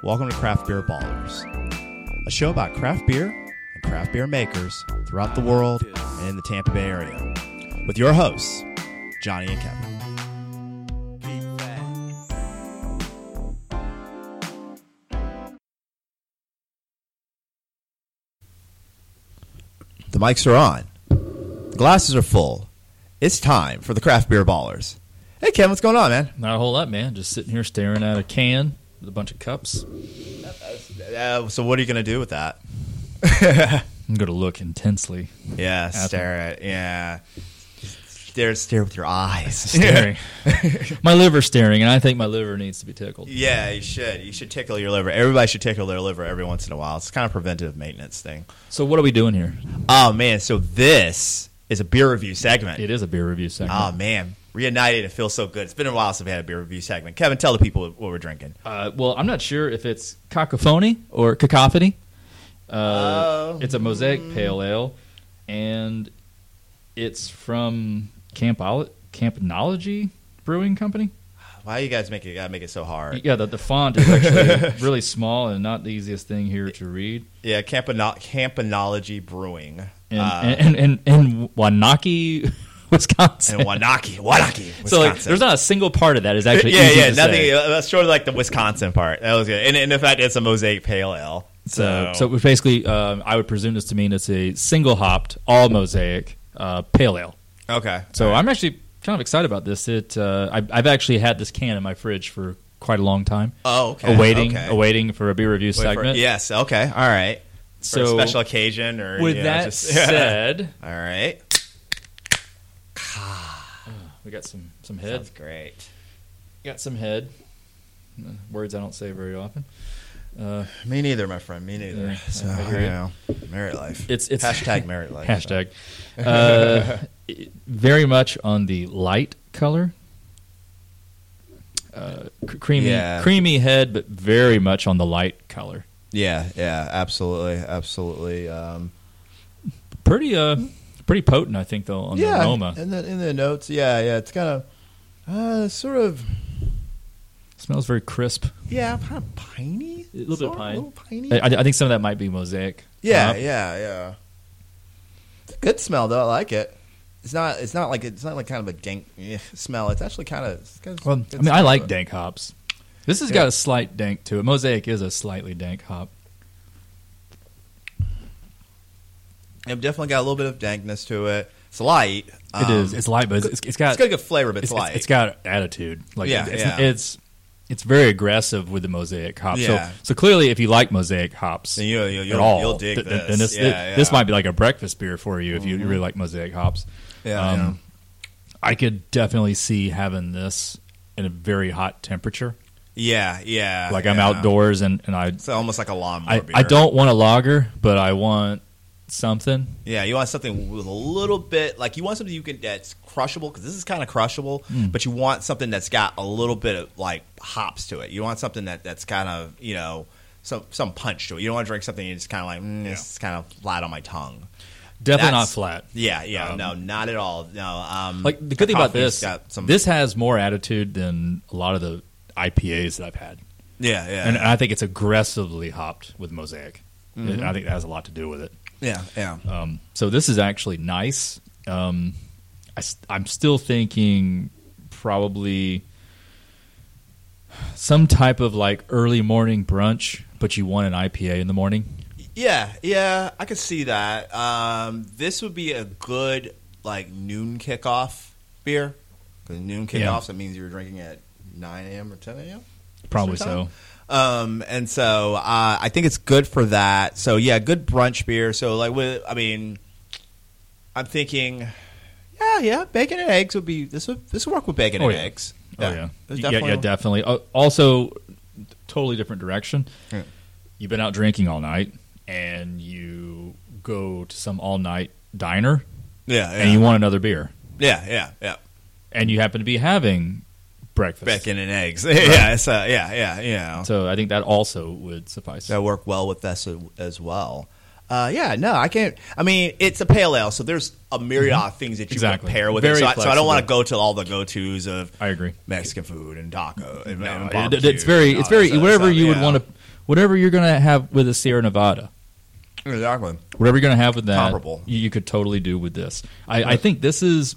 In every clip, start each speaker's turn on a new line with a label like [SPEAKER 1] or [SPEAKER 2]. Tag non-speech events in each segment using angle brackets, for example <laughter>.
[SPEAKER 1] Welcome to Craft Beer Ballers, a show about craft beer and craft beer makers throughout the world and in the Tampa Bay area, with your hosts, Johnny and Kevin. The mics are on. The glasses are full. It's time for the craft beer ballers. Hey, Kevin, what's going on, man?
[SPEAKER 2] Not a whole lot, man. Just sitting here staring at a can with a bunch of cups.
[SPEAKER 1] Uh, so, what are you going to do with that?
[SPEAKER 2] I'm going to look intensely.
[SPEAKER 1] Yeah, stare at. Yeah, stare, stare with your eyes.
[SPEAKER 2] <laughs> Staring. my liver's staring, and I think my liver needs to be tickled.
[SPEAKER 1] Yeah, you should. You should tickle your liver. Everybody should tickle their liver every once in a while. It's kind of preventative maintenance thing.
[SPEAKER 2] So, what are we doing here?
[SPEAKER 1] Oh man, so this is a beer review segment.
[SPEAKER 2] It is a beer review segment.
[SPEAKER 1] Oh man, reunited. It feels so good. It's been a while since we had a beer review segment. Kevin, tell the people what we're drinking.
[SPEAKER 2] Uh, well, I'm not sure if it's cacophony or cacophony. Uh,
[SPEAKER 1] Oh.
[SPEAKER 2] it's a mosaic pale ale, and it's from Camp Ol- Campanology Brewing Company.
[SPEAKER 1] Why you guys make it? Gotta make it so hard.
[SPEAKER 2] Yeah, the, the font is actually really small and not the easiest thing here to read.
[SPEAKER 1] Yeah, Campano- Campanology Brewing
[SPEAKER 2] in,
[SPEAKER 1] Uh,
[SPEAKER 2] in, in, in, in Wanaki, <laughs> Wisconsin.
[SPEAKER 1] in Wanaki, Wanaki, Wisconsin.
[SPEAKER 2] <laughs> So like, there's not a single part of that is actually
[SPEAKER 1] <laughs> yeah,
[SPEAKER 2] easy
[SPEAKER 1] yeah,
[SPEAKER 2] to
[SPEAKER 1] nothing.
[SPEAKER 2] say.
[SPEAKER 1] uh, That's sort of like the Wisconsin part. That was good. And, and in fact, it's a mosaic pale ale.
[SPEAKER 2] So, so it was basically, um, I would presume this to mean it's a single hopped, all mosaic uh, pale ale.
[SPEAKER 1] okay.
[SPEAKER 2] So I'm actually kind of excited about this. It uh, I, I've actually had this can in my fridge for quite a long time,
[SPEAKER 1] oh, okay.
[SPEAKER 2] awaiting
[SPEAKER 1] okay.
[SPEAKER 2] awaiting for a beer review
[SPEAKER 1] Wait for-
[SPEAKER 2] segment.
[SPEAKER 1] yes. Okay. All right. for
[SPEAKER 2] So-
[SPEAKER 1] a special occasion or
[SPEAKER 2] With
[SPEAKER 1] you know,
[SPEAKER 2] that
[SPEAKER 1] just- <laughs>
[SPEAKER 2] said,
[SPEAKER 1] all right.
[SPEAKER 2] we got some some head.
[SPEAKER 1] That's great.
[SPEAKER 2] Got some head. Uh, Words I don't say very often. Uh,
[SPEAKER 1] Me neither, my friend. Me neither.
[SPEAKER 2] Yeah,
[SPEAKER 1] so
[SPEAKER 2] I hear
[SPEAKER 1] you
[SPEAKER 2] you.
[SPEAKER 1] know, married life.
[SPEAKER 2] it's it's <laughs>
[SPEAKER 1] Hashtag married life.
[SPEAKER 2] Hashtag.
[SPEAKER 1] <laughs>
[SPEAKER 2] Uh, it- very much on the light color. Uh, c- creamy,
[SPEAKER 1] Yeah.
[SPEAKER 2] creamy head, but very much on the light color.
[SPEAKER 1] Yeah. Yeah. Absolutely. Absolutely. Um,
[SPEAKER 2] Pretty, uh, pretty potent, I think, though, on
[SPEAKER 1] Mm-hmm. yeah.
[SPEAKER 2] the aroma.
[SPEAKER 1] And then in the notes, yeah, yeah. It's kind of uh, sort of
[SPEAKER 2] smells very crisp.
[SPEAKER 1] yeah, kind of piney.
[SPEAKER 2] A little bit
[SPEAKER 1] Sort of,
[SPEAKER 2] pine.
[SPEAKER 1] A little piney.
[SPEAKER 2] I, I- I think some of that might be mosaic.
[SPEAKER 1] Yeah,
[SPEAKER 2] Uh,
[SPEAKER 1] yeah, yeah. It's a good smell though. I like it. It's not. It's not like it's not like kind of a dank eh, <laughs> smell. It's actually kind of. It's kind of
[SPEAKER 2] well,
[SPEAKER 1] good
[SPEAKER 2] I mean, I
[SPEAKER 1] smell.
[SPEAKER 2] like dank hops. This has
[SPEAKER 1] Yeah.
[SPEAKER 2] got a slight dank to it. Mosaic is a slightly dank hop.
[SPEAKER 1] It definitely got a little bit of dankness to it. It's light.
[SPEAKER 2] It is. It's light, but it's, it's got
[SPEAKER 1] Um, it's got a good flavor, but it's,
[SPEAKER 2] it's-
[SPEAKER 1] light.
[SPEAKER 2] it's got attitude. Like
[SPEAKER 1] Yeah,
[SPEAKER 2] it's,
[SPEAKER 1] yeah.
[SPEAKER 2] it's it's very aggressive with the mosaic hops.
[SPEAKER 1] Yeah.
[SPEAKER 2] So so clearly, if you like mosaic hops
[SPEAKER 1] Then you, you,
[SPEAKER 2] at
[SPEAKER 1] you'll,
[SPEAKER 2] all,
[SPEAKER 1] you'll dig
[SPEAKER 2] th- th-
[SPEAKER 1] this.
[SPEAKER 2] then this
[SPEAKER 1] yeah,
[SPEAKER 2] th-
[SPEAKER 1] yeah. Mm-hmm.
[SPEAKER 2] this might be like a breakfast beer for you if you really like mosaic hops. Um,
[SPEAKER 1] Yeah,
[SPEAKER 2] I could definitely see having this in a very hot temperature.
[SPEAKER 1] yeah, yeah.
[SPEAKER 2] Like
[SPEAKER 1] Uh,
[SPEAKER 2] I'm
[SPEAKER 1] yeah.
[SPEAKER 2] outdoors and and I
[SPEAKER 1] It's almost like a lawnmower
[SPEAKER 2] I,
[SPEAKER 1] beer.
[SPEAKER 2] I don't want a lager, but I want something.
[SPEAKER 1] Yeah, you want something with a little bit like you want something you can that's crushable because this is kind of crushable,
[SPEAKER 2] Mm.
[SPEAKER 1] but you want something that's got a little bit of like hops to it. You want something that that's kind of you know some some punch to it. You don't want to drink something you just kind of like mm, this is kind of flat on my tongue.
[SPEAKER 2] Definitely not
[SPEAKER 1] That's-
[SPEAKER 2] flat.
[SPEAKER 1] Yeah, yeah,
[SPEAKER 2] Um,
[SPEAKER 1] no, not at all. No, um,
[SPEAKER 2] Like the good thing about
[SPEAKER 1] coffee's
[SPEAKER 2] this,
[SPEAKER 1] got some-
[SPEAKER 2] this has more attitude than a lot of the IPAs that I've had.
[SPEAKER 1] yeah, yeah,
[SPEAKER 2] and I think it's aggressively hopped with mosaic.
[SPEAKER 1] Mm-hmm.
[SPEAKER 2] And I think that has a lot to do with it.
[SPEAKER 1] yeah, yeah.
[SPEAKER 2] Um, so this is actually nice. Um, I, am still thinking probably some type of like early morning brunch, but you want an IPA in the morning.
[SPEAKER 1] Yeah, yeah, I could see that. Um, this would be a good like noon kickoff beer. 'Cause noon kickoffs,
[SPEAKER 2] Yeah.
[SPEAKER 1] that means you're drinking at nine a.m. or ten a.m.
[SPEAKER 2] Probably
[SPEAKER 1] Eastern time?
[SPEAKER 2] so.
[SPEAKER 1] Um, and so uh, I think it's good for that. So yeah, good brunch beer. So like, with, I mean, I'm thinking, yeah, yeah, bacon and eggs would be this would this would work with bacon
[SPEAKER 2] Oh,
[SPEAKER 1] and
[SPEAKER 2] yeah.
[SPEAKER 1] eggs.
[SPEAKER 2] Oh yeah,
[SPEAKER 1] There's
[SPEAKER 2] yeah,
[SPEAKER 1] definitely-
[SPEAKER 2] yeah, definitely. Uh, also, totally different direction.
[SPEAKER 1] Yeah.
[SPEAKER 2] You've been out drinking all night, and you go to some all night diner,
[SPEAKER 1] yeah, yeah,
[SPEAKER 2] and you want another beer.
[SPEAKER 1] yeah, yeah, yeah.
[SPEAKER 2] and you happen to be having breakfast.
[SPEAKER 1] Bacon and eggs. <laughs> yeah, it's, uh, yeah, yeah, yeah.
[SPEAKER 2] So I think that also would suffice.
[SPEAKER 1] that work well with us a- as well. Uh, yeah, no, I can't. I mean, it's a pale ale, so there's a myriad of things that you
[SPEAKER 2] Mm-hmm. Exactly.
[SPEAKER 1] can pair with
[SPEAKER 2] Very
[SPEAKER 1] it. So, I, so I don't
[SPEAKER 2] flexible.
[SPEAKER 1] want to go to all the go tos of
[SPEAKER 2] I agree.
[SPEAKER 1] Mexican food and taco. And, and
[SPEAKER 2] No, it-
[SPEAKER 1] barbecue
[SPEAKER 2] it's very,
[SPEAKER 1] and
[SPEAKER 2] it's
[SPEAKER 1] all that
[SPEAKER 2] very
[SPEAKER 1] sort of
[SPEAKER 2] whatever
[SPEAKER 1] stuff,
[SPEAKER 2] you
[SPEAKER 1] yeah.
[SPEAKER 2] would want to whatever you're gonna have with a Sierra Nevada,
[SPEAKER 1] Exactly.
[SPEAKER 2] whatever you're gonna have with that,
[SPEAKER 1] Comparable.
[SPEAKER 2] you, you could totally do with this. I, I think this is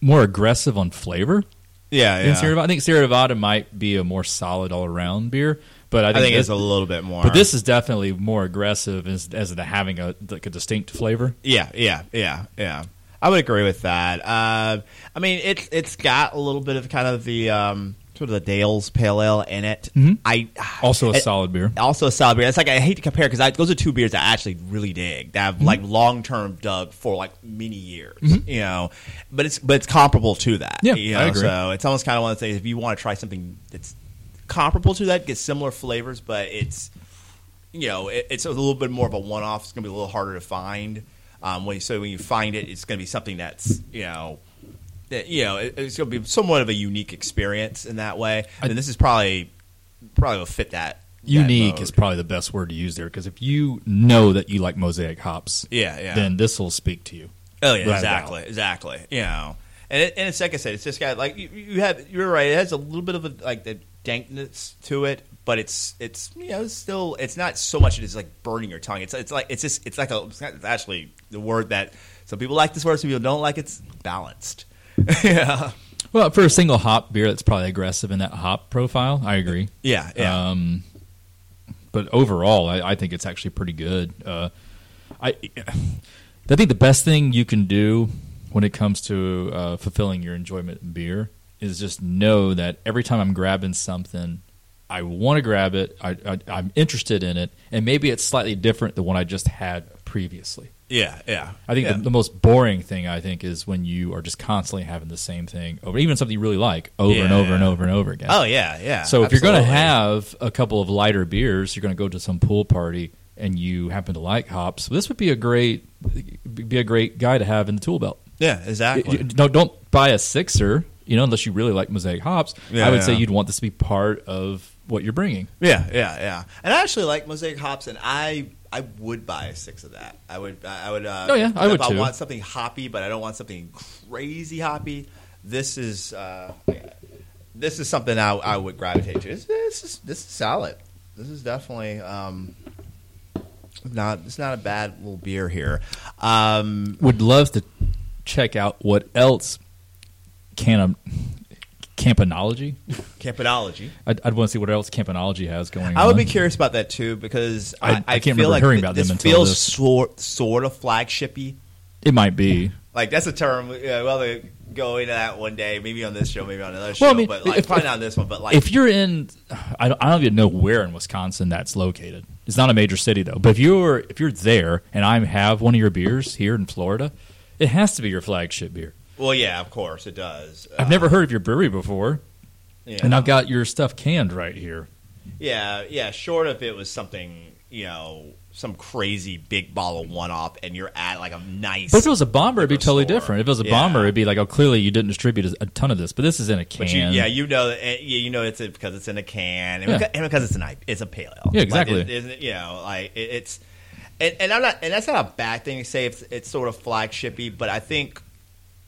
[SPEAKER 2] more aggressive on flavor
[SPEAKER 1] Yeah,
[SPEAKER 2] than
[SPEAKER 1] yeah.
[SPEAKER 2] Sierra Nevada. I think Sierra Nevada might be a more solid all around beer, but I
[SPEAKER 1] I
[SPEAKER 2] think,
[SPEAKER 1] think it's
[SPEAKER 2] this,
[SPEAKER 1] a little bit more.
[SPEAKER 2] but this is definitely more aggressive as as to having a like a distinct flavor.
[SPEAKER 1] Yeah, yeah, yeah, yeah. I would agree with that. Uh, I mean, it's it's got a little bit of kind of the um, sort of the Dale's Pale Ale in it. I
[SPEAKER 2] Mm-hmm. Also a
[SPEAKER 1] it-
[SPEAKER 2] solid beer.
[SPEAKER 1] Also a solid beer. It's like I hate to compare because those are two beers I actually really dig. That I've like
[SPEAKER 2] Mm-hmm.
[SPEAKER 1] long term dug for like many years. You know, but it's but it's comparable to that.
[SPEAKER 2] Yeah,
[SPEAKER 1] you
[SPEAKER 2] I
[SPEAKER 1] know?
[SPEAKER 2] agree.
[SPEAKER 1] So it's almost kind of one of the things if you want to try something that's comparable to that, get similar flavors, but it's you know, it, it's a little bit more of a one-off. It's going to be a little harder to find. Um, when you, so when you find it, it's going to be something that's you know, that, you know, it, it's going to be somewhat of a unique experience in that way. And this is probably probably will fit that that
[SPEAKER 2] Unique
[SPEAKER 1] mode.
[SPEAKER 2] is probably the best word to use there because if you know that you like mosaic hops,
[SPEAKER 1] yeah, yeah.
[SPEAKER 2] then this will speak to you.
[SPEAKER 1] oh yeah,
[SPEAKER 2] without a
[SPEAKER 1] exactly, exactly. You know, and it, and it's like I said, it's just got like you, you have. You're right. It has a little bit of a like the dankness to it. But it's it's you know it's still it's not so much it is like burning your tongue. It's it's like it's just it's like a it's, not, it's actually the word that some people like this word, some people don't like. It's balanced. yeah,
[SPEAKER 2] Well, for a single hop beer, that's probably aggressive in that hop profile. I agree.
[SPEAKER 1] yeah, yeah.
[SPEAKER 2] Um, but overall, I, I think it's actually pretty good. Uh, I, I think the best thing you can do when it comes to uh, fulfilling your enjoyment in beer is just know that every time I'm grabbing something, I want to grab it. I, I, I'm interested in it, and maybe it's slightly different than what I just had previously.
[SPEAKER 1] yeah, yeah.
[SPEAKER 2] I think
[SPEAKER 1] Yeah.
[SPEAKER 2] the, the most boring thing I think is when you are just constantly having the same thing over, even something you really like, over and
[SPEAKER 1] Yeah,
[SPEAKER 2] over and
[SPEAKER 1] yeah.
[SPEAKER 2] over and over again.
[SPEAKER 1] oh yeah, yeah.
[SPEAKER 2] So if you're going to
[SPEAKER 1] Absolutely.
[SPEAKER 2] have a couple of lighter beers, you're going to go to some pool party and you happen to like hops. This would be a great be a great guy to have in the tool belt.
[SPEAKER 1] yeah, exactly.
[SPEAKER 2] No, don't buy a sixer, you know, unless you really like mosaic hops.
[SPEAKER 1] Yeah,
[SPEAKER 2] I would say
[SPEAKER 1] yeah.
[SPEAKER 2] you'd want this to be part of what you're bringing.
[SPEAKER 1] Yeah, yeah, yeah. And I actually like mosaic hops, and I I would buy six of that. I would, I would. Uh,
[SPEAKER 2] Oh, yeah, I
[SPEAKER 1] if
[SPEAKER 2] would,
[SPEAKER 1] I
[SPEAKER 2] too.
[SPEAKER 1] want something hoppy, but I don't want something crazy hoppy. This is uh, this is something I, I would gravitate to. This, this is this is solid. This is definitely um, not. It's not a bad little beer here. Um,
[SPEAKER 2] Would love to check out what else can um, campanology.
[SPEAKER 1] Campanology.
[SPEAKER 2] I'd, I'd want to see what else campanology has going on.
[SPEAKER 1] I would be curious about that too because I,
[SPEAKER 2] I-
[SPEAKER 1] I,
[SPEAKER 2] I can't
[SPEAKER 1] feel
[SPEAKER 2] remember
[SPEAKER 1] like
[SPEAKER 2] hearing
[SPEAKER 1] th-
[SPEAKER 2] about them
[SPEAKER 1] this
[SPEAKER 2] until
[SPEAKER 1] feels
[SPEAKER 2] this.
[SPEAKER 1] Sort, sort of flagshipy.
[SPEAKER 2] It might be.
[SPEAKER 1] Like that's a term. Yeah, well, they go into that one day, maybe on this show, maybe on another show.
[SPEAKER 2] Well, I mean,
[SPEAKER 1] but like,
[SPEAKER 2] if-
[SPEAKER 1] probably not on this one. But like,
[SPEAKER 2] if you're in, I don't, I don't even know where in Wisconsin that's located. It's not a major city though. But if you're if you're there and I have one of your beers here in Florida, it has to be your flagship beer.
[SPEAKER 1] well, yeah, of course it does.
[SPEAKER 2] I've
[SPEAKER 1] Uh,
[SPEAKER 2] never heard of your brewery before,
[SPEAKER 1] yeah.
[SPEAKER 2] and I've got your stuff canned right here.
[SPEAKER 1] yeah, yeah. Short of it was something, you know, some crazy big bottle one off, and you're at like a nice.
[SPEAKER 2] But if it was a bomber, it'd be
[SPEAKER 1] Liquor
[SPEAKER 2] totally
[SPEAKER 1] store.
[SPEAKER 2] different. If it was a
[SPEAKER 1] Yeah.
[SPEAKER 2] bomber, it'd be like, oh, clearly you didn't distribute a ton of this, but this is in a can.
[SPEAKER 1] But you, yeah, you know, that- eh, yeah, you know, it's because it's in a can, and,
[SPEAKER 2] Yeah.
[SPEAKER 1] because, and because it's an I- it's a pale ale.
[SPEAKER 2] Yeah, exactly.
[SPEAKER 1] Like, it, isn't it- you know, like it, it's, and, and I'm not, and that's not a bad thing to say. It's, it's sort of flagshipy, but I think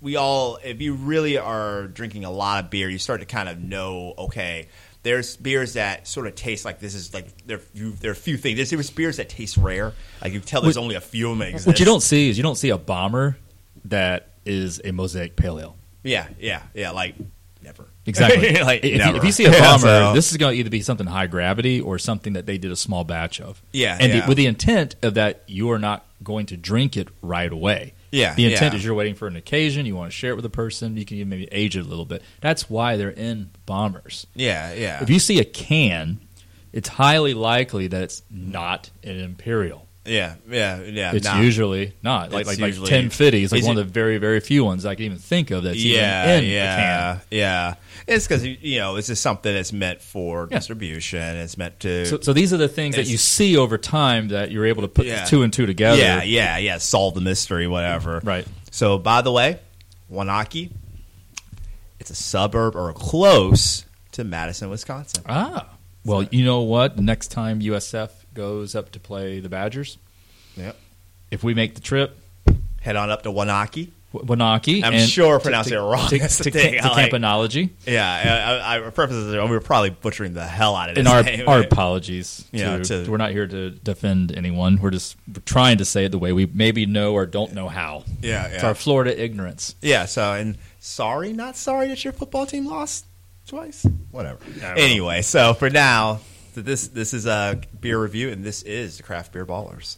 [SPEAKER 1] we all, if you really are drinking a lot of beer, you start to kind of know, okay. There's beers that sort of taste like this is like there you, there are few things. There's, there's beers that taste rare, like you can tell there's
[SPEAKER 2] What-
[SPEAKER 1] only a few of them exist.
[SPEAKER 2] What you don't see is you don't see a bomber that is a mosaic pale ale.
[SPEAKER 1] yeah, yeah, yeah, like never
[SPEAKER 2] <laughs> Exactly.
[SPEAKER 1] <laughs> like
[SPEAKER 2] if, you,
[SPEAKER 1] never.
[SPEAKER 2] if you see a bomber,
[SPEAKER 1] Yeah, so-
[SPEAKER 2] this is going to either be something high gravity or something that they did a small batch of.
[SPEAKER 1] Yeah,
[SPEAKER 2] and
[SPEAKER 1] yeah.
[SPEAKER 2] The, with the intent of that, you are not going to drink it right away.
[SPEAKER 1] Yeah,
[SPEAKER 2] the intent
[SPEAKER 1] yeah.
[SPEAKER 2] is you're waiting for an occasion. You want to share it with a person. You can even maybe age it a little bit. That's why they're in bombers.
[SPEAKER 1] yeah, yeah.
[SPEAKER 2] If you see a can, it's highly likely that it's not an imperial.
[SPEAKER 1] Yeah, yeah, yeah.
[SPEAKER 2] It's
[SPEAKER 1] Uh, nah.
[SPEAKER 2] usually not like
[SPEAKER 1] It's
[SPEAKER 2] like, like
[SPEAKER 1] usually-
[SPEAKER 2] ten fifty is like
[SPEAKER 1] Is
[SPEAKER 2] one
[SPEAKER 1] it-
[SPEAKER 2] of the very very few ones I can even think of that's
[SPEAKER 1] yeah,
[SPEAKER 2] even in a can.
[SPEAKER 1] yeah, yeah. It's because you know it's just something that's meant for
[SPEAKER 2] Yeah.
[SPEAKER 1] distribution. It's meant to.
[SPEAKER 2] So, so these are the things that
[SPEAKER 1] It's-
[SPEAKER 2] you see over time that you're able to put
[SPEAKER 1] Yeah.
[SPEAKER 2] two and two together.
[SPEAKER 1] yeah, yeah, yeah. Solve the mystery, whatever.
[SPEAKER 2] Right.
[SPEAKER 1] So, by the way, Wanaki, it's a suburb or close to Madison, Wisconsin.
[SPEAKER 2] Ah. Well, you know what? Next time USF goes up to play the Badgers,
[SPEAKER 1] Yep.
[SPEAKER 2] if we make the trip,
[SPEAKER 1] Head on up to Wanaki.
[SPEAKER 2] Wanaki.
[SPEAKER 1] I'm
[SPEAKER 2] and
[SPEAKER 1] sure
[SPEAKER 2] to-
[SPEAKER 1] pronouncing
[SPEAKER 2] to-
[SPEAKER 1] it wrong.
[SPEAKER 2] <laughs> To,
[SPEAKER 1] That's the
[SPEAKER 2] to-
[SPEAKER 1] thing.
[SPEAKER 2] to
[SPEAKER 1] I like-
[SPEAKER 2] Campanology.
[SPEAKER 1] Yeah, I, I, I preface this. We were probably butchering the hell out of this
[SPEAKER 2] And our,
[SPEAKER 1] name.
[SPEAKER 2] our apologies.
[SPEAKER 1] Yeah,
[SPEAKER 2] to-
[SPEAKER 1] to-
[SPEAKER 2] we're not here to defend anyone. We're just trying to say it the way we maybe know or don't know how.
[SPEAKER 1] <laughs> Yeah,
[SPEAKER 2] It's
[SPEAKER 1] yeah.
[SPEAKER 2] our Florida ignorance.
[SPEAKER 1] yeah. So and sorry, not sorry that your football team lost twice. Whatever. Anyway, so for now, th- this this is a beer review, and this is the craft beer ballers.